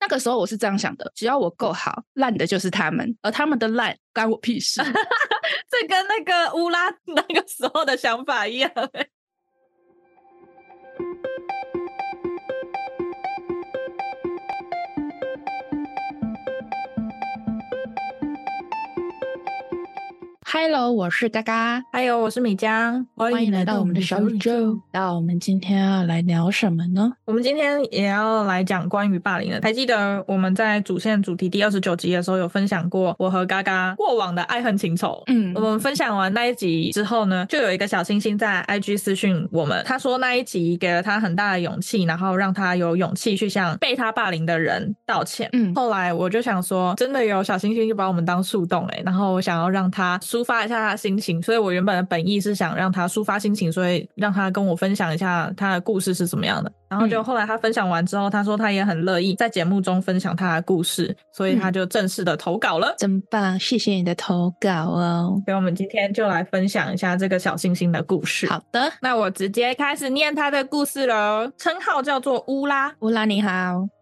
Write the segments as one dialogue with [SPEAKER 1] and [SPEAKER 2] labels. [SPEAKER 1] 那个时候我是这样想的：只要我够好，烂的就是他们，而他们的烂干我屁 事。
[SPEAKER 2] 这跟那个乌拉 那个时候的想法 一样、欸。
[SPEAKER 1] Hello，我是嘎嘎，
[SPEAKER 2] 还有我是米江，
[SPEAKER 1] 欢迎来到我们的小宇宙。那我们今天要来聊什么呢？
[SPEAKER 2] 我们今天也要来讲关于霸凌的。还记得我们在主线主题第二十九集的时候有分享过我和嘎嘎过往的爱恨情仇。
[SPEAKER 1] 嗯
[SPEAKER 2] 我们分享完那一集之后呢，就有一个小星星在 IG 私讯我们，他说那一集给了他很大的勇气，然后让他有勇气去向被他霸凌的人道歉。
[SPEAKER 1] 嗯
[SPEAKER 2] 后来我就想说，真的有小星星就把我们当树洞哎、然后我想要让他抒发一下他的心情，所以我原本的本意是想让他抒发心情，所以让他跟我分享一下他的故事是怎么样的。然后就
[SPEAKER 1] 嗯
[SPEAKER 2] 后来他分享完之后，他说他也很乐意在节目中分享他的故事，所以他
[SPEAKER 1] 嗯
[SPEAKER 2] 就正式的投稿了。
[SPEAKER 1] 真棒，谢谢你的投稿哦。
[SPEAKER 2] 所以我们今天就来分享一下这个小星星的故事。，
[SPEAKER 1] 好的，
[SPEAKER 2] 那我直接开始念他的故事喽。称号叫做乌拉，
[SPEAKER 1] 乌拉你好，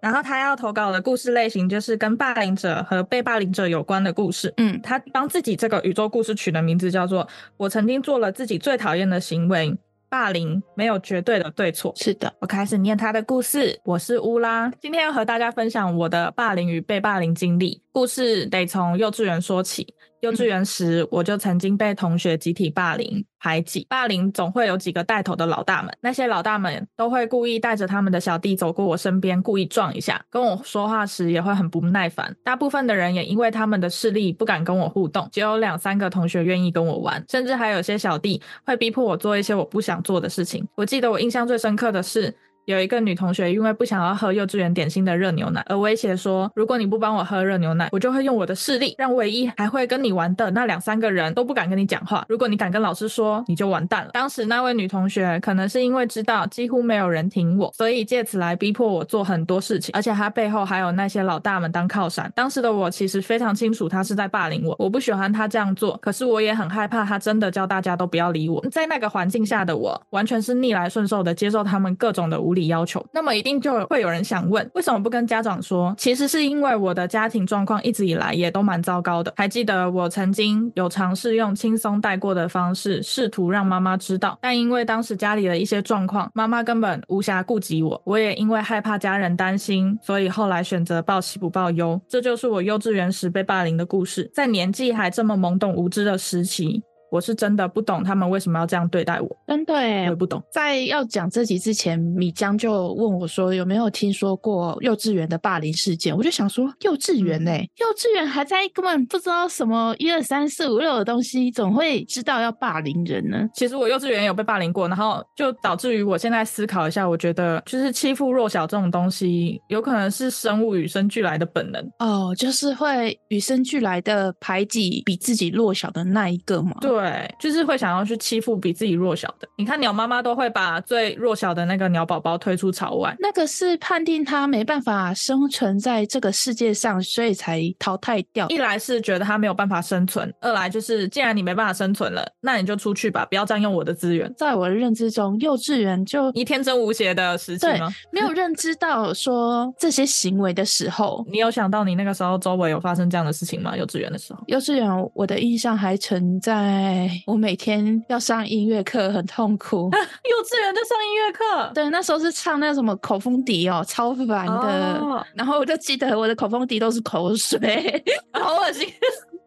[SPEAKER 2] 然后他要投稿的故事类型就是跟霸凌者和被霸凌者有关的故事。
[SPEAKER 1] 嗯
[SPEAKER 2] 他帮自己这个宇宙故事取的名字叫做“我曾经做了自己最讨厌的行为”。霸凌没有绝对的对错。
[SPEAKER 1] 是的，
[SPEAKER 2] 我开始念他的故事。我是乌拉，今天要和大家分享我的霸凌与被霸凌经历。故事得从幼稚园说起。幼稚园时，我就曾经被同学集体霸凌、排挤。霸凌总会有几个带头的老大们，那些老大们都会故意带着他们的小弟走过我身边，故意撞一下。跟我说话时也会很不耐烦。大部分的人也因为他们的势力不敢跟我互动，只有两三个同学愿意跟我玩，甚至还有些小弟会逼迫我做一些我不想做的事情。我记得我印象最深刻的是。有一个女同学因为不想要喝幼稚园点心的热牛奶，而威胁说，如果你不帮我喝热牛奶，我就会用我的势力让唯一还会跟你玩的那两三个人都不敢跟你讲话。如果你敢跟老师说，你就完蛋了。当时那位女同学可能是因为知道几乎没有人挺我，所以借此来逼迫我做很多事情，而且她背后还有那些老大们当靠山。当时的我其实非常清楚她是在霸凌我，我不喜欢她这样做，可是我也很害怕她真的叫大家都不要理我。在那个环境下的我，完全是逆来顺受的接受他们各种的无理要求。那么一定就会有人想问，为什么不跟家长说？其实是因为我的家庭状况一直以来也都蛮糟糕的。还记得我曾经有尝试用轻松带过的方式，试图让妈妈知道，但因为当时家里的一些状况，妈妈根本无暇顾及我。我也因为害怕家人担心，所以后来选择报喜不报忧。这就是我幼稚园时被霸凌的故事。在年纪还这么懵懂无知的时期。我是真的不懂他们为什么要这样对待我，
[SPEAKER 1] 真的
[SPEAKER 2] 我
[SPEAKER 1] 耶
[SPEAKER 2] 也。不懂。
[SPEAKER 1] 在要讲这集之前，米江就问我说有没有听说过幼稚园的霸凌事件？我就想说幼稚园呢、幼稚园还在根本不知道什么一二三四五六的东西，总会知道要霸凌人呢？
[SPEAKER 2] 其实我幼稚园有被霸凌过，然后就导致于我现在思考一下，我觉得就是欺负弱小这种东西，有可能是生物与生俱来的本能。
[SPEAKER 1] 哦，就是会与生俱来的排挤比自己弱小的那一个
[SPEAKER 2] 哦
[SPEAKER 1] 嘛。
[SPEAKER 2] 对，就是会想要去欺负比自己弱小的。你看鸟妈妈都会把最弱小的那个鸟宝宝推出巢外，
[SPEAKER 1] 那个是判定他没办法生存在这个世界上，所以才淘汰掉。
[SPEAKER 2] 一来是觉得它没有办法生存，二来就是既然你没办法生存了，那你就出去吧，不要占用我的资源。
[SPEAKER 1] 在我的认知中，幼稚园就
[SPEAKER 2] 你天真无邪的时期
[SPEAKER 1] 对
[SPEAKER 2] 吗？
[SPEAKER 1] 没有认知到说这些行为的时候，
[SPEAKER 2] 你有想到你那个时候周围有发生这样的事情吗？幼稚园的时候？
[SPEAKER 1] 幼稚园我的印象还存在，我每天要上音乐课，很痛 苦。
[SPEAKER 2] 幼稚园就上音乐课，
[SPEAKER 1] 对，那时候是唱那什么口风笛哦，超烦的。
[SPEAKER 2] 哦
[SPEAKER 1] 然后我就记得我的口风笛都是口水，
[SPEAKER 2] 好恶心。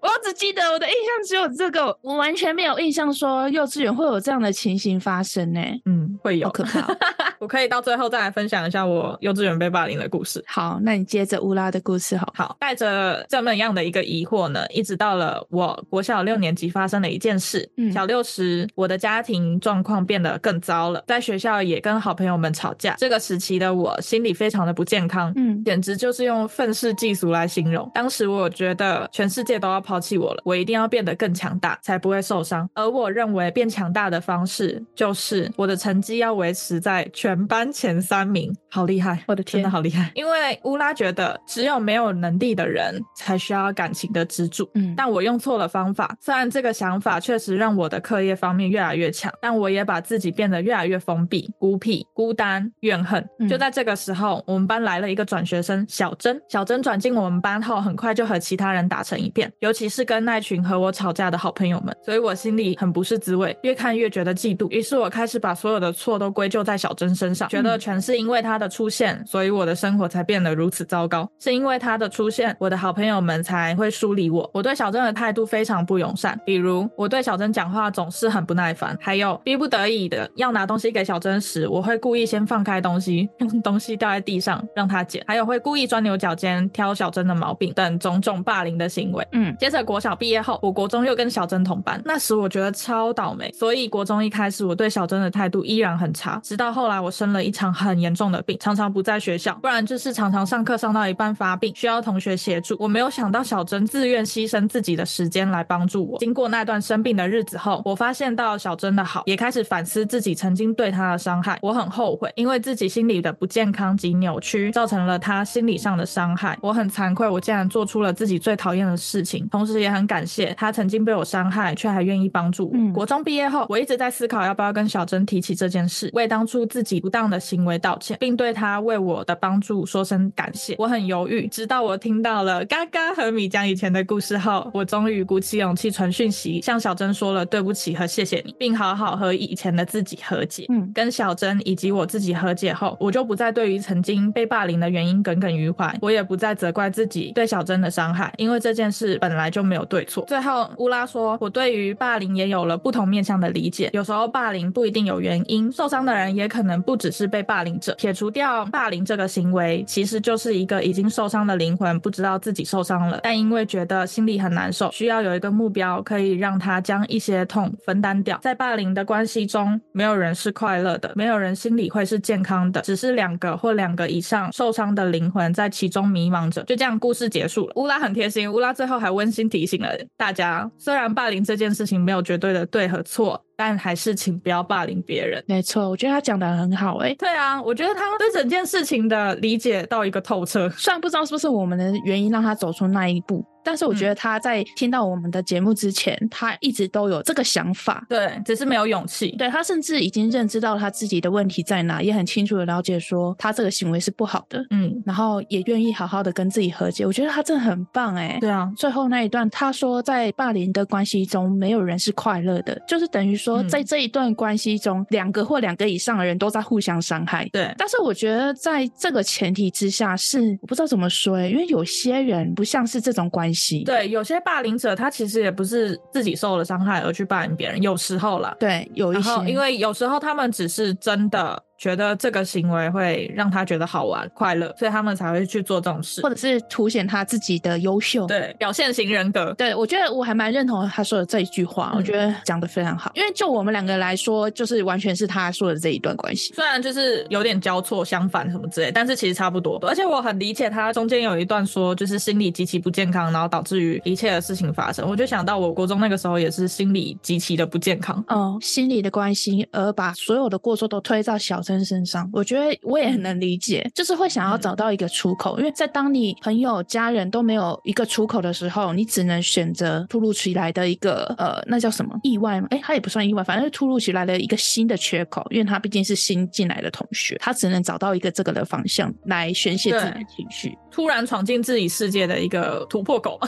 [SPEAKER 1] 我只记得我的印象只有这个，我完全没有印象说幼稚园会有这样的情形发生呢、
[SPEAKER 2] 嗯，会有啊
[SPEAKER 1] 好可怕哦、
[SPEAKER 2] 我可以到最后再来分享一下我幼稚园被霸凌的故 事。
[SPEAKER 1] 好，那你接着乌拉的故事好。
[SPEAKER 2] 好，带着这么样的一个疑惑呢，一直到了我国小六年级发生了一件事。
[SPEAKER 1] 嗯
[SPEAKER 2] 小六时，我的家庭状况变得更糟了，在学校也跟好朋友们吵架。这个时期的我心里非常的不健康，
[SPEAKER 1] 嗯，
[SPEAKER 2] 简直就是用愤世嫉俗来形容。当时我觉得全世界都要抛抛弃我了，我一定要变得更强大，才不会受伤。而我认为变强大的方式就是我的成绩要维持在全班前三名，好厉害！
[SPEAKER 1] 我的
[SPEAKER 2] 真
[SPEAKER 1] 天
[SPEAKER 2] 的好厉害！因为乌拉觉得只有没有能力的人才需要感情的支柱，
[SPEAKER 1] 嗯
[SPEAKER 2] 但我用错了方法。虽然这个想法确实让我的课业方面越来越强，但我也把自己变得越来越封闭、孤僻、孤单、怨恨。
[SPEAKER 1] 嗯
[SPEAKER 2] 就在这个时候，我们班来了一个转学生小珍。小珍转进我们班后，很快就和其他人打成一片，尤其是跟那群和我吵架的好朋友们，所以我心里很不是滋味，越看越觉得嫉妒。于是我开始把所有的错都归咎在小珍身上，觉得
[SPEAKER 1] 嗯
[SPEAKER 2] 全是因为她的出现，所以我的生活才变得如此糟糕。是因为她的出现，我的好朋友们才会疏离我。我对小珍的态度非常不友善，比如我对小珍讲话总是很不耐烦，还有逼不得已的要拿东西给小珍时，我会故意先放开东西， 让东西掉在地上让她捡，还有会故意钻牛角尖挑小珍的毛病等种种霸凌的行为。
[SPEAKER 1] 嗯，
[SPEAKER 2] 接着国小毕业后，我国中又跟小珍同班，那时我觉得超倒霉，所以国中一开始我对小珍的态度依然很差，直到后来我生了一场很严重的病，常常不在学校，不然就是常常上课上到一半发病，需要同学协助。我没有想到小珍自愿牺牲自己的时间来帮助我。经过那段生病的日子后，我发现到小珍的好，也开始反思自己曾经对她的伤害，我很后悔，因为自己心里的不健康及扭曲，造成了她心理上的伤害。我很惭愧，我竟然做出了自己最讨厌的事情，同时也很感谢她曾经被我伤害，却还愿意帮助我。
[SPEAKER 1] 嗯
[SPEAKER 2] 国中毕业后，我一直在思考要不要跟小珍提起这件事，为当初自己不当的行为道歉，并对她为我的帮助说声感谢。我很犹豫，直到我听到了嘎嘎和米江以前的故事后，我终于鼓起勇气传讯息，向小珍说了对不起和谢谢你，并好好和以前的自己和解。
[SPEAKER 1] 嗯
[SPEAKER 2] 跟小珍以及我自己和解后，我就不再对于曾经被霸凌的原因耿耿于怀，我也不再责怪自己对小珍的伤害，因为这件事本来就没有对错。最后，乌拉说，我对于霸凌也有了不同面向的理解，有时候霸凌不一定有原因，受伤的人也可能不只是被霸凌者。撇除掉霸凌这个行为，其实就是一个已经受伤的灵魂，不知道自己受伤了，但因为觉得心里很难受，需要有一个目标可以让他将一些痛分担掉。在霸凌的关系中，没有人是快乐的，没有人心里会是健康的，只是两个或两个以上受伤的灵魂在其中迷茫着。就这样，故事结束了。乌拉很贴心，乌拉最后还温馨提醒了大家，虽然霸凌这件事情没有绝对的对和错，但还是请不要霸凌别人。
[SPEAKER 1] 没错，我觉得他讲的很好、欸，
[SPEAKER 2] 对啊，我觉得他对整件事情的理解到一个透彻。
[SPEAKER 1] 虽然不知道是不是我们的原因让他走出那一步，但是我觉得他在听到我们的节目之前，他一直都有这个想法。
[SPEAKER 2] 对，只是没有勇气。
[SPEAKER 1] 对他甚至已经认知到他自己的问题在哪，也很清楚的了解说他这个行为是不好的，
[SPEAKER 2] 嗯，
[SPEAKER 1] 然后也愿意好好的跟自己和解。我觉得他真的很棒哎、
[SPEAKER 2] 对啊，
[SPEAKER 1] 最后那一段，他说在霸凌的关系中，没有人是快乐的，就是等于说
[SPEAKER 2] 嗯
[SPEAKER 1] 在这一段关系中，两个或两个以上的人都在互相伤害。
[SPEAKER 2] 对，
[SPEAKER 1] 但是我觉得在这个前提之下是，我不知道怎么说欸因为有些人不像是这种关系。
[SPEAKER 2] 对，有些霸凌者他其实也不是自己受了伤害而去霸凌别人，有时候啦。
[SPEAKER 1] 对，有一
[SPEAKER 2] 然
[SPEAKER 1] 些
[SPEAKER 2] 后，因为有时候他们只是真的觉得这个行为会让他觉得好玩、快乐，所以他们才会去做这种事
[SPEAKER 1] 或。者是凸显他自己的优秀。
[SPEAKER 2] 对，表现型人格。
[SPEAKER 1] 对，我觉得我还蛮认同他说的这一句话，
[SPEAKER 2] 嗯
[SPEAKER 1] 我觉得讲的非常好。因为就我们两个来说，就是完全是他说的这一段关系。
[SPEAKER 2] 虽然就是有点交错、相反什么之类，但是其实差不多。而且我很理解他中间有一段说，就是心理极其不健康，然后导致于一切的事情发生。我就想到我国中那个时候也是心理极其的不健康。
[SPEAKER 1] 哦，心理的关系，而把所有的过错都推到小珍身上，我觉得我也很能理解，就是会想要找到一个出口，因为在当你朋友、家人都没有一个出口的时候，你只能选择突如其来的一个呃，那叫什么意外吗？诶，他也不算意外，反正是突如其来的一个新的缺口，因为他毕竟是新进来的同学，他只能找到一个这个的方向来宣泄自己的情绪，
[SPEAKER 2] 突然闯进自己世界的一个突破口，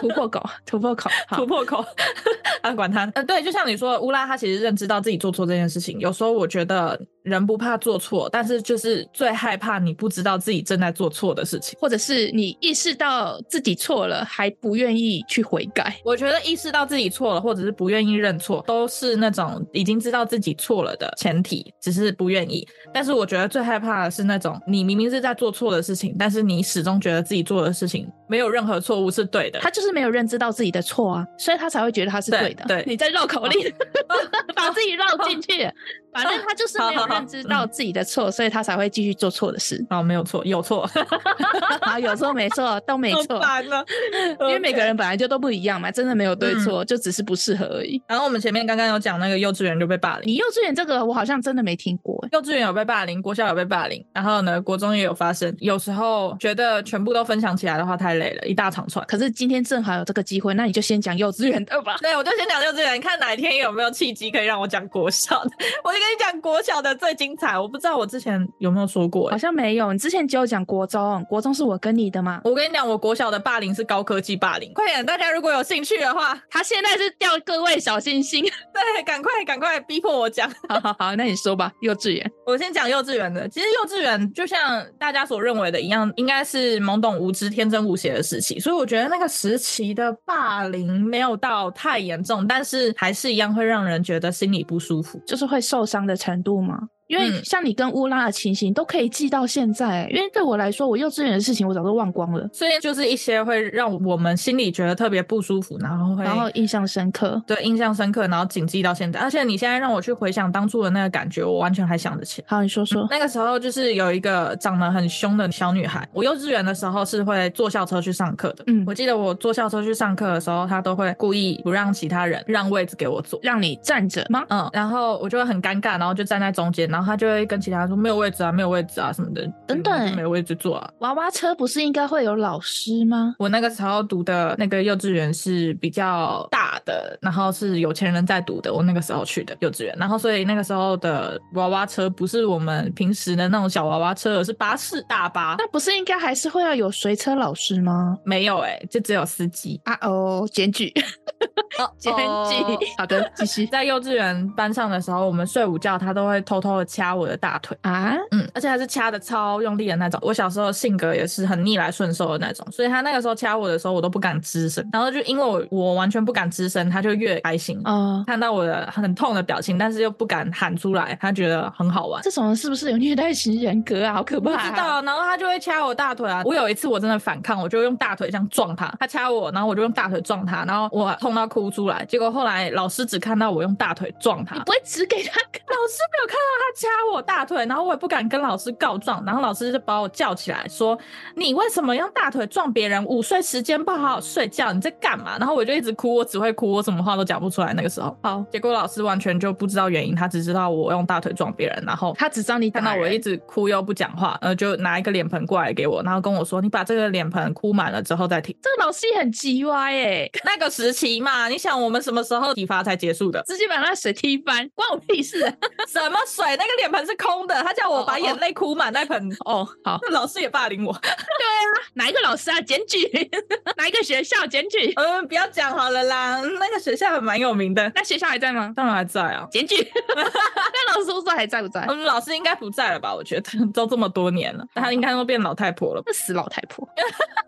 [SPEAKER 1] 突破口，突破口，好
[SPEAKER 2] 突破口 啊，管他。呃，对，就像你说，乌拉他其实认知到自己做错这件事情。有时候我觉得人不怕做错，但是就是最害怕你不知道自己正在做错的事情。
[SPEAKER 1] 或者是你意识到自己错了，还不愿意去悔改。
[SPEAKER 2] 我觉得意识到自己错了，或者是不愿意认错，都是那种已经知道自己错了的前提，只是不愿意。但是我觉得最害怕的是那种你明明是在做错的事情，但是你始终觉得自己做的事情没没有任何错误 是对的。
[SPEAKER 1] 他就是没有认知到自己的错啊，所以他才会觉得他是
[SPEAKER 2] 对
[SPEAKER 1] 对哦的。
[SPEAKER 2] 对。
[SPEAKER 1] 你在绕口令， 把自己绕进去。反正他就是没有认知到自己的错，所以他才会继续做错的事
[SPEAKER 2] 哦，没有错，有错，哦
[SPEAKER 1] 好，有错没错，都没
[SPEAKER 2] 怎么
[SPEAKER 1] 错，
[SPEAKER 2] 办呢？
[SPEAKER 1] 因为每个人本来就都不一样嘛，真的没有对错，就只是不适合而已。
[SPEAKER 2] 然后我们前面刚刚有讲那个幼稚园就被霸凌，
[SPEAKER 1] 你幼稚园这个，我好像真的没听过、欸。
[SPEAKER 2] 幼稚园有被霸凌，国小有被霸凌，然后呢，国中也有发生。有时候觉得全部都分享起来的话太累了，一大长串。
[SPEAKER 1] 可是今天正好有这个机会，那你就先讲幼稚园的 吧。
[SPEAKER 2] 对，我就先讲幼稚园，看哪一天有没有契机可以让我讲国小的。 我就跟你讲国小的最精彩，我不知道我之前有没有说过、
[SPEAKER 1] 好
[SPEAKER 2] 欸。
[SPEAKER 1] 像没有，你之前只有讲国中，国中是我跟你的嘛。
[SPEAKER 2] 我跟你讲，我国小的霸凌是高科技霸凌。快点，大家如果有兴趣的话，
[SPEAKER 1] 他现在是掉各位小星星。
[SPEAKER 2] 对，赶快赶快逼迫我讲。
[SPEAKER 1] 好好好，那你说吧，幼稚园。
[SPEAKER 2] 我先讲幼稚园的。其实幼稚园就像大家所认为的一样，应该是懵懂无知、天真无邪的时期，所以我觉得那个时期的霸凌没有到太严重，但是还是一样会让人觉得心里不舒服。
[SPEAKER 1] 就是会受伤的程度吗？因为
[SPEAKER 2] 嗯
[SPEAKER 1] 像你跟乌拉的情形都可以记到现在、因为对我来说，我幼稚园的事情我早就忘光了，
[SPEAKER 2] 所以就是一些会让我们心里觉得特别不舒服，然后会
[SPEAKER 1] 然后印象深刻。
[SPEAKER 2] 对印象深刻，然后谨记到现在。而且你现在让我去回想当初的那个感觉，我完全还想得起来。
[SPEAKER 1] 好，你说说。
[SPEAKER 2] 那个时候就是有一个长得很凶的小女孩，我幼稚园的时候是会坐校车去上课的。
[SPEAKER 1] 嗯
[SPEAKER 2] 我记得我坐校车去上课的时候，她都会故意不让其他人让位置给我坐。
[SPEAKER 1] 让你站着吗？
[SPEAKER 2] 嗯，然后我就会很尴尬，然后就站在中间，然后她就会跟其他人说没有位置啊，没有位置啊什么的，
[SPEAKER 1] 真的欸
[SPEAKER 2] 嗯没有位置坐啊。
[SPEAKER 1] 娃娃车不是应该会有老师吗？
[SPEAKER 2] 我那个时候读的那个幼稚园是比较大的，然后是有钱人在读的。我那个时候去的幼稚园，然后所以那个时候的娃娃车不是我们平时的那种小娃娃车，而是巴士大巴。
[SPEAKER 1] 那不是应该还是会要有随车老师吗？
[SPEAKER 2] 没有哎、就只有司机。
[SPEAKER 1] 啊哦，检举， 检举。
[SPEAKER 2] 哦
[SPEAKER 1] 好的，继续
[SPEAKER 2] 在幼稚园班上的时候，我们睡午觉，他都会偷偷的掐我的大腿，
[SPEAKER 1] 啊。
[SPEAKER 2] 嗯，而且还是掐的超用力的那种。我小时候性格也是很逆来顺受的那种，所以他那个时候掐我的时候，我都不敢吱声。然后就因为我我完全不敢吱声，他就越开心，
[SPEAKER 1] 哦，
[SPEAKER 2] 看到我的很痛的表情，但是又不敢喊出来，他觉得很好玩。
[SPEAKER 1] 这种人是不是有虐待型人格啊？好可
[SPEAKER 2] 不
[SPEAKER 1] 怕、啊！
[SPEAKER 2] 知道，然后他就会掐我大腿啊。我有一次我真的反抗，我就用大腿这样撞他，他掐我，然后我就用大腿撞他，然后我痛到哭出来。结果后来老师只看到我用大腿撞他，
[SPEAKER 1] 你
[SPEAKER 2] 老
[SPEAKER 1] 不会指给他看？
[SPEAKER 2] 师没有看到他掐我大腿，然后我也不敢跟老师告状，然后老师就把我叫起来说：“你为什么用大腿撞别人？午睡时间不好好睡觉，你在干嘛？”然后我就一直哭，我只会哭，我什么话都讲不出来。那个时候，好，结果老师完全就不知道原因，他只知道我用大腿撞别人，然后
[SPEAKER 1] 他只知道你打
[SPEAKER 2] 看到我
[SPEAKER 1] 人
[SPEAKER 2] 一直哭又不讲话，呃，就拿一个脸盆过来给我，然后跟我说：“你把这个脸盆哭满了之后再停。
[SPEAKER 1] 这个老师也很鸡歪耶，”？
[SPEAKER 2] 那个时期嘛，你想我们什么时候体罚才结束的
[SPEAKER 1] 直接把那水踢翻，关我屁事、啊！
[SPEAKER 2] 什么水？那个脸盆是空的，他叫我把眼泪哭满那盆。
[SPEAKER 1] 哦，好，
[SPEAKER 2] 那老师也霸凌我，
[SPEAKER 1] 哪一个老师啊？检举， 哪一个学校检举？
[SPEAKER 2] 嗯，不要讲好了啦。嗯那个学校还蛮有名的，
[SPEAKER 1] 那学校还在吗？
[SPEAKER 2] 当然还在啊。
[SPEAKER 1] 检举， 那老师不知道还在不在？
[SPEAKER 2] 嗯，老师应该不在了吧？我觉得 都这么多年了，他应该都变老太婆了吧。
[SPEAKER 1] 那死老太婆，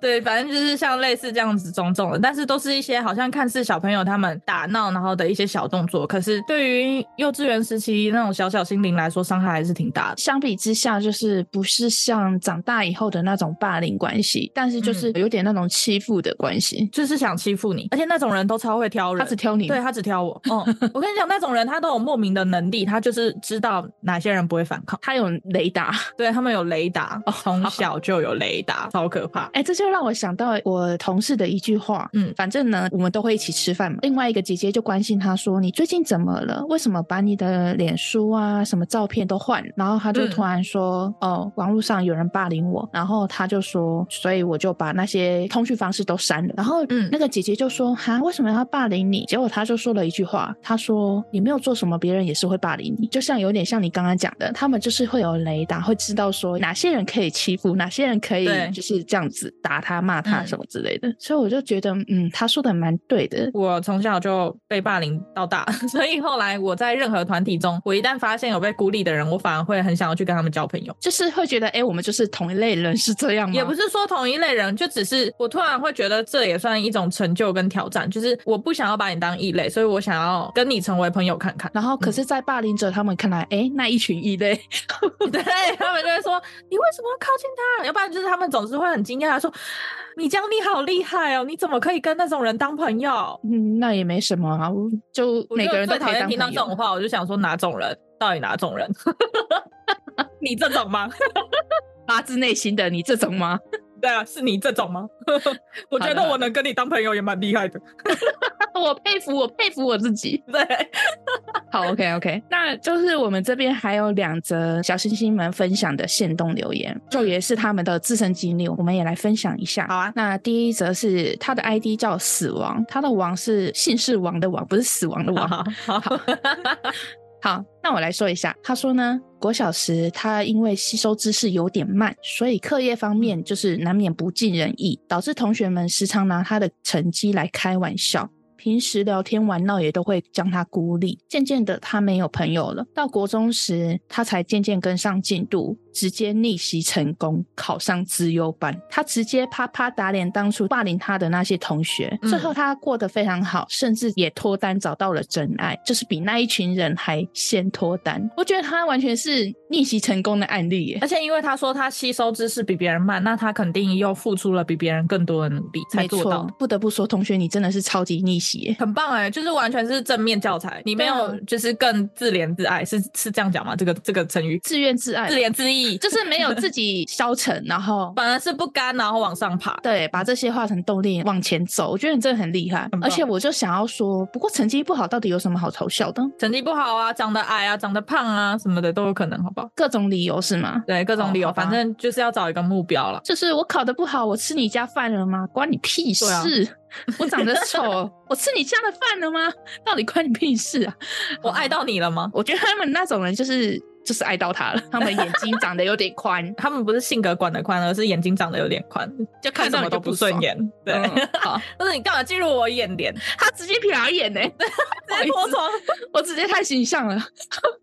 [SPEAKER 2] 对，反正就是像类似这样子种种的，但是都是一些好像看似小朋友他们打闹然后的一些小动作，可是对于幼稚园时期那种小小心灵来说，伤害还是挺大的。
[SPEAKER 1] 相比之下，就是不是像长大以后的那种霸凌关系，但是就是有点那种欺负的关系。
[SPEAKER 2] 就是想欺负你，而且那种人都超会挑人，
[SPEAKER 1] 他只挑你，
[SPEAKER 2] 对他只挑我。哦，我跟你讲，那种人他都有莫名的能力，他就是知道哪些人不会反抗，
[SPEAKER 1] 他有雷达。
[SPEAKER 2] 对他们有雷达，
[SPEAKER 1] 哦
[SPEAKER 2] 从小就有雷达，超可怕。
[SPEAKER 1] 哎、这就让我想到我同事的一句话，
[SPEAKER 2] 嗯
[SPEAKER 1] 反正呢，我们都会一起吃饭嘛。另外一个姐姐就关心她说：“你最近怎么了？为什么把你的脸书啊、什么照片都换了？”然后她就
[SPEAKER 2] 嗯
[SPEAKER 1] 突然说：“哦，网络上有人霸凌我。”然后她就说：“所以我就把那些通讯方式都删了。”然后
[SPEAKER 2] 嗯
[SPEAKER 1] 那个姐姐就说：“哈，为什么要霸凌你？”结果她就说了一句话，她说：“你没有做什么，别人也是会霸凌你。”就像有点像你刚刚讲的，他们就是会有雷达，会知道说哪些人可以欺负，哪些人可以
[SPEAKER 2] 对
[SPEAKER 1] 就是这样子打他、骂他
[SPEAKER 2] 嗯
[SPEAKER 1] 什么之类的。所以我就觉得，嗯，他说的蛮对的。
[SPEAKER 2] 我从小就被霸凌到大， 所以后来我在任何团体中，我一旦发现有被孤立的人，我反而会很想要去跟他们交朋友。
[SPEAKER 1] 就是会觉得，哎、我们就是同一类人，是这样吗？
[SPEAKER 2] 也不是是说同一类人，就只是我突然会觉得这也算一种成就跟挑战，就是我不想要把你当异类，所以我想要跟你成为朋友看看。
[SPEAKER 1] 然后，可是，在霸凌者他们看来，哎、那一群异类，
[SPEAKER 2] 对他们就会说你为什么要靠近他？要不然就是他们总是会很惊讶地说你这样你好厉害哦，你怎么可以跟那种人当朋友？
[SPEAKER 1] 嗯，那也没什么啊，我就
[SPEAKER 2] 我
[SPEAKER 1] 每
[SPEAKER 2] 就
[SPEAKER 1] 个人都
[SPEAKER 2] 最讨
[SPEAKER 1] 可以
[SPEAKER 2] 厌
[SPEAKER 1] 当
[SPEAKER 2] 听到
[SPEAKER 1] 朋
[SPEAKER 2] 这
[SPEAKER 1] 友
[SPEAKER 2] 种话，我就想说哪种人？到底哪种人？ 你这种吗？
[SPEAKER 1] 发自内心的你这种吗？
[SPEAKER 2] 对啊，是你这种吗？ 我觉
[SPEAKER 1] 好的好
[SPEAKER 2] 得
[SPEAKER 1] 的
[SPEAKER 2] 我能跟你当朋友也蛮厉害的。
[SPEAKER 1] 我佩服，我佩服我自己。
[SPEAKER 2] 对，
[SPEAKER 1] 好，OK OK，那就是我们这边还有两则小星星们分享的限动留言，就也是他们的自身经历，我们也来分享一下。
[SPEAKER 2] 好啊
[SPEAKER 1] 那第一则是他的 ID 叫死亡，他的王是姓氏王的王，不是死亡的
[SPEAKER 2] 好
[SPEAKER 1] 王。
[SPEAKER 2] 好好，
[SPEAKER 1] 好，那我来说一下。他说呢，国小时他因为吸收知识有点慢，所以课业方面就是难免不尽人意，导致同学们时常拿他的成绩来开玩笑。平时聊天玩闹也都会将他孤立，渐渐的他没有朋友了。到国中时，他才渐渐跟上进度，直接逆袭成功，考上资优班。他直接啪啪打脸当初霸凌他的那些同学，
[SPEAKER 2] 嗯
[SPEAKER 1] 最后他过得非常好，甚至也脱单找到了真爱，就是比那一群人还先脱单。我觉得他完全是逆袭成功的案例耶。
[SPEAKER 2] 而且因为他说他吸收知识比别人慢，那他肯定又付出了比别人更多的努力才
[SPEAKER 1] 没
[SPEAKER 2] 做
[SPEAKER 1] 错
[SPEAKER 2] 到。，
[SPEAKER 1] 不得不说，同学你真的是超级逆袭耶。
[SPEAKER 2] 很棒哎、就是完全是正面教材，你没
[SPEAKER 1] 对
[SPEAKER 2] 有
[SPEAKER 1] 啊
[SPEAKER 2] 就是更自怜自爱，是是这样讲吗？这个这个成语，
[SPEAKER 1] 自怨自艾，
[SPEAKER 2] 自怜自艾，
[SPEAKER 1] 就是没有自己消 沉，然后
[SPEAKER 2] 反而是不甘，然后往上爬。
[SPEAKER 1] 对，把这些化成动力往前走，我觉得你真的很厉害
[SPEAKER 2] 很。棒
[SPEAKER 1] 而且我就想要说，不过成绩不好到底有什么好嘲笑的？
[SPEAKER 2] 成绩不好啊，长得矮啊，长得胖啊，什么的都有可能，好不好？
[SPEAKER 1] 各种理由是吗？
[SPEAKER 2] 对，各种理由，
[SPEAKER 1] 哦好吧
[SPEAKER 2] 反正就是要找一个目标了。
[SPEAKER 1] 就是我考得不好，我吃你家饭了吗？关你屁事！
[SPEAKER 2] 对啊
[SPEAKER 1] 我长得丑，我吃你家的饭了吗？到底关你屁事啊！
[SPEAKER 2] 我爱到你了吗？，
[SPEAKER 1] 我觉得他们那种人就是就是爱到他了，他们眼睛长得有点宽
[SPEAKER 2] 他们不是性格管得宽，而是眼睛长得有点宽，
[SPEAKER 1] 就看
[SPEAKER 2] 看什
[SPEAKER 1] 到
[SPEAKER 2] 么
[SPEAKER 1] 你就
[SPEAKER 2] 都不顺
[SPEAKER 1] 爽。
[SPEAKER 2] 眼。对，
[SPEAKER 1] 嗯好，
[SPEAKER 2] 但是你干嘛进入我眼帘？
[SPEAKER 1] 他直接瞟眼呢、不好
[SPEAKER 2] 直
[SPEAKER 1] 意
[SPEAKER 2] 接
[SPEAKER 1] 思
[SPEAKER 2] 脱妆。
[SPEAKER 1] 我直接太形象
[SPEAKER 2] 嗯
[SPEAKER 1] 了，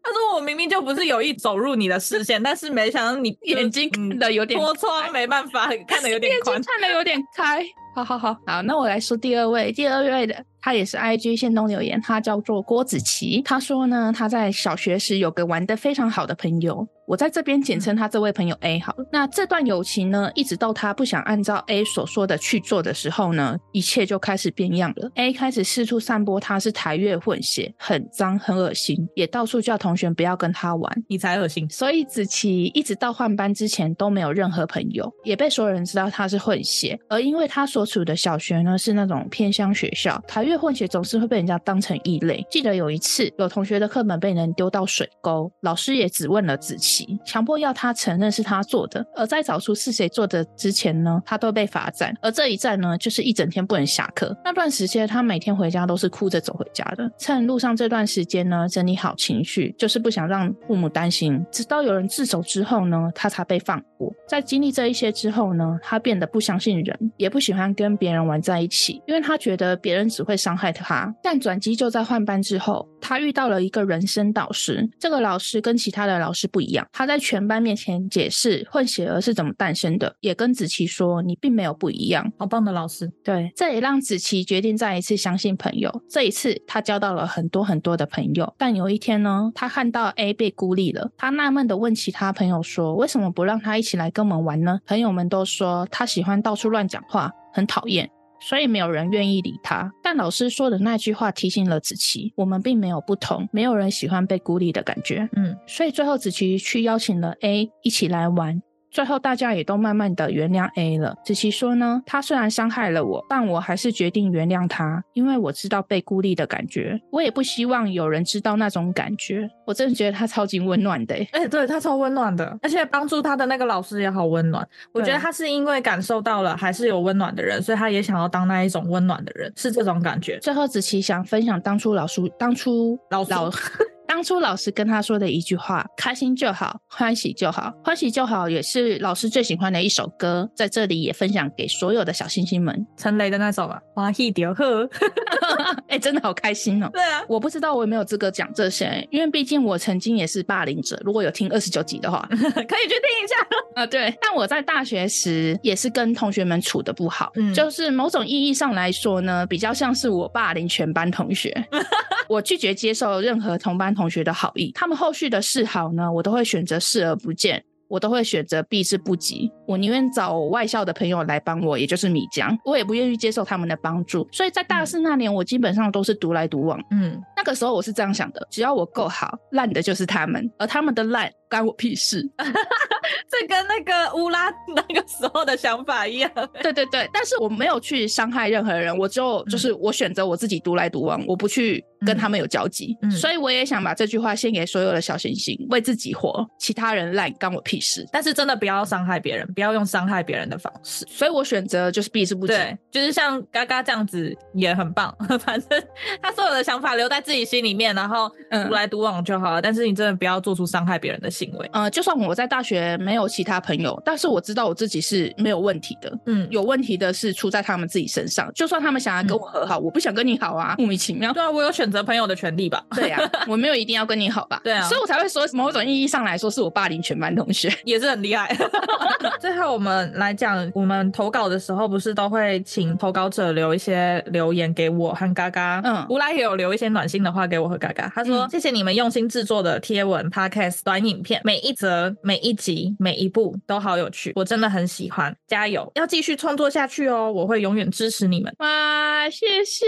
[SPEAKER 2] 他说我明明就不是有意走入你的视 线，但是没想到你
[SPEAKER 1] 眼睛
[SPEAKER 2] 嗯
[SPEAKER 1] 看的有点
[SPEAKER 2] 脱窗，没办法，看得有点
[SPEAKER 1] 眼睛
[SPEAKER 2] 宽。
[SPEAKER 1] 看的有点开。好好好，好，那我来说第二位，第二位的他也是 IG 线东留言，他叫做郭子琪。他说呢，他在小学时有个玩得非常好的朋友，我在这边
[SPEAKER 2] 嗯
[SPEAKER 1] 简称他这位朋友 A 好了。那这段友情呢，一直到他不想按照 A 所说的去做的时候呢，一切就开始变样了。A 开始四处散播他是台越混血，很脏很恶心，也到处叫同学不要跟他玩。
[SPEAKER 2] 你才恶心，
[SPEAKER 1] 所以子琪一直到换班之前都没有任何朋友，也被所有人知道她是混血。而因为她所处的小学呢是那种偏乡学校，台越混血总是会被人家当成异类。记得有一次，有同学的课本被人丢到水沟，老师也只问了子琪，强迫要她承认是她做的。而在找出是谁做的之前呢，她都被罚站。而这一站呢，就是一整天不能下课。那段时间，她每天回家都是哭着走回家的。趁路上这段时间呢，整理好情绪，就是不想让父母担心。直到有人自首之后呢，她才被放过。在经历这一些之后呢，她变得不相信人，也不喜欢跟别人玩在一起，因为她觉得别人只会伤害她。但转机就在换班之后，她遇到了一个人生导师。这个老师跟其他的老师不一样，他在全班面前解释混血儿是怎么诞生的，也跟子琪说你并没有不一样。
[SPEAKER 2] 好棒的老师，
[SPEAKER 1] 对，这也让子琪决定再一次相信朋友。这一次，她交到了很多很多的朋友。但有一天呢，她看到 A 被孤立了，她纳闷的问其他朋友说：“为什么不让他一起来跟我们玩呢？”朋友们都说他喜欢到处乱讲话，很讨厌。所以没有人愿意理他。但老师说的那句话提醒了子琪，我们并没有不同，没有人喜欢被孤立的感觉。
[SPEAKER 2] 嗯，
[SPEAKER 1] 所以最后子琪去邀请了 A 一起来玩。最后大家也都慢慢的原谅 A 了。子琪说呢，他虽然伤害了我，但我还是决定原谅他，因为我知道被孤立的感觉，我也不希望有人知道那种感觉。我真的觉得他超级温暖的欸、
[SPEAKER 2] 哎、对他超温暖的，而且帮助他的那个老师也好温暖。我觉得
[SPEAKER 1] 对
[SPEAKER 2] 他是因为感受到了还是有温暖的人，所以他也想要当那一种温暖的人，是这种感觉。
[SPEAKER 1] 最后，子琪想分享当初老叔当初
[SPEAKER 2] 老叔
[SPEAKER 1] 老当当初老师跟他说的一句话：“开心就好，欢喜就好，欢喜就好”也是老师最喜欢的一首歌，在这里也分享给所有的小星星们。
[SPEAKER 2] 陈雷的那首嘛，哇嘿丢呵，
[SPEAKER 1] 哎、真的好开心哦！
[SPEAKER 2] 对啊，
[SPEAKER 1] 我不知道我有没有资格讲这些，因为毕竟我曾经也是霸凌者。如果有听二十九集的话，
[SPEAKER 2] 可以去听一下。
[SPEAKER 1] 啊，对，但我在大学时也是跟同学们处的不好，
[SPEAKER 2] 嗯
[SPEAKER 1] 就是某种意义上来说呢，比较像是我霸凌全班同学。我拒绝接受任何同班同学的好意，他们后续的示好呢，我都会选择视而不见。我都会选择避之不及，我宁愿找外校的朋友来帮我，也就是米江，我也不愿意接受他们的帮助。所以在大四那年，我基本上都是独来独往。
[SPEAKER 2] 嗯，
[SPEAKER 1] 那个时候我是这样想的：只要我够好，烂的就是他们，而他们的烂干我屁事。
[SPEAKER 2] 这跟那个乌拉那个时候的想法一样。
[SPEAKER 1] 对对对，但是我没有去伤害任何人，我只
[SPEAKER 2] 嗯
[SPEAKER 1] 有就是我选择我自己独来独往，我不去跟他们有交集，
[SPEAKER 2] 嗯嗯
[SPEAKER 1] 所以我也想把这句话献给所有的小行星，为自己活，其他人烂干我屁事。
[SPEAKER 2] 但是真的不要伤害别人，不要用伤害别人的方式。
[SPEAKER 1] 所以我选择就是避之不及。
[SPEAKER 2] 对，就是像嘎嘎这样子也很棒。 反正他所有的想法留在自己心里面，然后
[SPEAKER 1] 嗯
[SPEAKER 2] 独来独往就好了。但是你真的不要做出伤害别人的行为。
[SPEAKER 1] 呃，就算我在大学没有其他朋友，但是我知道我自己是没有问题的。
[SPEAKER 2] 嗯，
[SPEAKER 1] 有问题的是出在他们自己身上。就算他们想要跟我和好，我不想跟你好啊，莫名其妙。
[SPEAKER 2] 对啊，我有选择朋友的权利吧，
[SPEAKER 1] 对啊，我没有一定要跟你好吧？
[SPEAKER 2] 对啊
[SPEAKER 1] 所以我才会说，某种意义上来说，是我霸凌全班同学。
[SPEAKER 2] 也是很厉害。最后我们来讲，我们投稿的时候不是都会请投稿者留一些留言给我和嘎嘎。
[SPEAKER 1] 嗯
[SPEAKER 2] 乌拉也有留一些暖心的话给我和嘎嘎。他说：“
[SPEAKER 1] 嗯
[SPEAKER 2] 谢谢你们用心制作的贴文、podcast、短影片，每一则、每一集、每一部都好有趣，我真的很喜欢，加油，要继续创作下去哦，我会永远支持你 们。”
[SPEAKER 1] 哇，谢谢，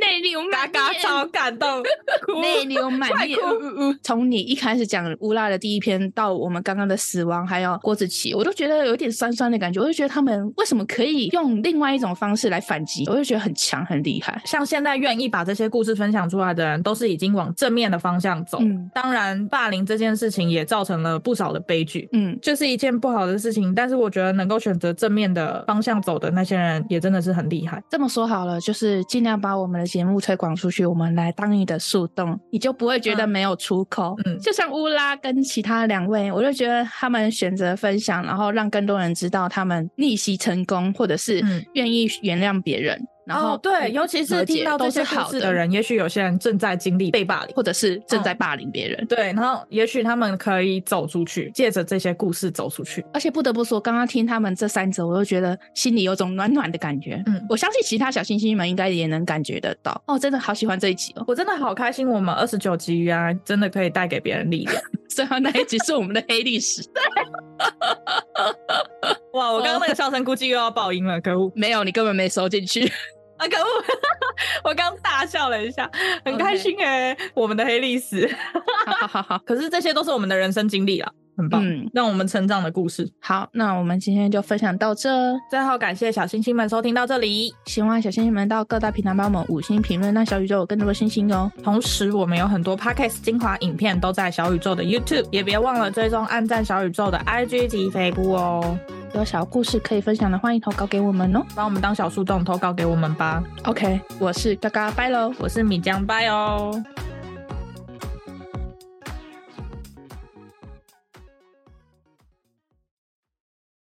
[SPEAKER 1] 内流
[SPEAKER 2] 嘎
[SPEAKER 1] 满
[SPEAKER 2] 嘎
[SPEAKER 1] 面，
[SPEAKER 2] 超 感动， 哭
[SPEAKER 1] 内流满
[SPEAKER 2] 快
[SPEAKER 1] 面。
[SPEAKER 2] 哭
[SPEAKER 1] 呜呜呜从你一开始讲乌拉的第一篇到我们刚刚的死亡，还有郭子琪，我都觉得有点酸酸的感觉。我就觉得他们为什么可以用另外一种方式来反击，我就觉得很强很厉害。
[SPEAKER 2] 像现在愿意把这些故事分享出来的人，都是已经往正面的方向走。
[SPEAKER 1] 嗯
[SPEAKER 2] 当然，霸凌这件事情也造成了不少的悲剧，
[SPEAKER 1] 嗯，
[SPEAKER 2] 就是一件不好的事情。但是我觉得能够选择正面的方向走的那些人，也真的是很厉害。
[SPEAKER 1] 这么说好了，就是尽量把我们的节目推广出去，我们来当你的树洞，你就不会觉得
[SPEAKER 2] 嗯
[SPEAKER 1] 没有出口。
[SPEAKER 2] 嗯
[SPEAKER 1] 就像乌拉跟其他两位，我就觉得他们选择分享，然后让更多人知道他们逆袭成功，或者是
[SPEAKER 2] 嗯
[SPEAKER 1] 愿意原谅别人。然后
[SPEAKER 2] 哦，对，尤其是
[SPEAKER 1] 和
[SPEAKER 2] 听
[SPEAKER 1] 解
[SPEAKER 2] 到这
[SPEAKER 1] 都
[SPEAKER 2] 些
[SPEAKER 1] 是
[SPEAKER 2] 故
[SPEAKER 1] 好
[SPEAKER 2] 事的，人，也许有些人正在经历被霸凌。
[SPEAKER 1] 或者是正在
[SPEAKER 2] 嗯
[SPEAKER 1] 霸凌别人。
[SPEAKER 2] 对，然后也许他们可以走出去，借着这些故事走出去。
[SPEAKER 1] 而且不得不说，刚刚听他们这三者，我就觉得心里有种暖暖的感觉。
[SPEAKER 2] 嗯
[SPEAKER 1] 我相信其他小星星们应该也能感觉得到。哦，真的好喜欢这一集哦！
[SPEAKER 2] 我真的好开心，我们二十九集啊，真的可以带给别人力量。
[SPEAKER 1] 最后那一集是我们的黑历史。
[SPEAKER 2] 哇，我刚刚那个笑声估计又要爆音了，可恶！
[SPEAKER 1] 没有，你根本没收进去。
[SPEAKER 2] 啊，可恶！ 我刚大笑了一下，很开
[SPEAKER 1] OK
[SPEAKER 2] 心哎、我们的黑历史。
[SPEAKER 1] 好好好好
[SPEAKER 2] 可是这些都是我们的人生经历啦，很棒，
[SPEAKER 1] 嗯
[SPEAKER 2] 让我们成长的故事。
[SPEAKER 1] 好，那我们今天就分享到这。
[SPEAKER 2] 最后，感谢小星星们收听到这里。
[SPEAKER 1] 喜欢小星星们到各大平台帮我们五星评论，让小宇宙有更多的星星哦。
[SPEAKER 2] 同时，我们有很多 podcast 精华影片都在小宇宙的 YouTube，也别忘了追踪、按赞小宇宙的 IG 及 f a b 哦。
[SPEAKER 1] 有小故事可以分享的，欢迎投稿给我们哦。
[SPEAKER 2] 帮我们当小树洞投稿给我们吧。
[SPEAKER 1] OK，我是嘎嘎，拜喽。
[SPEAKER 2] 我是米江拜哦。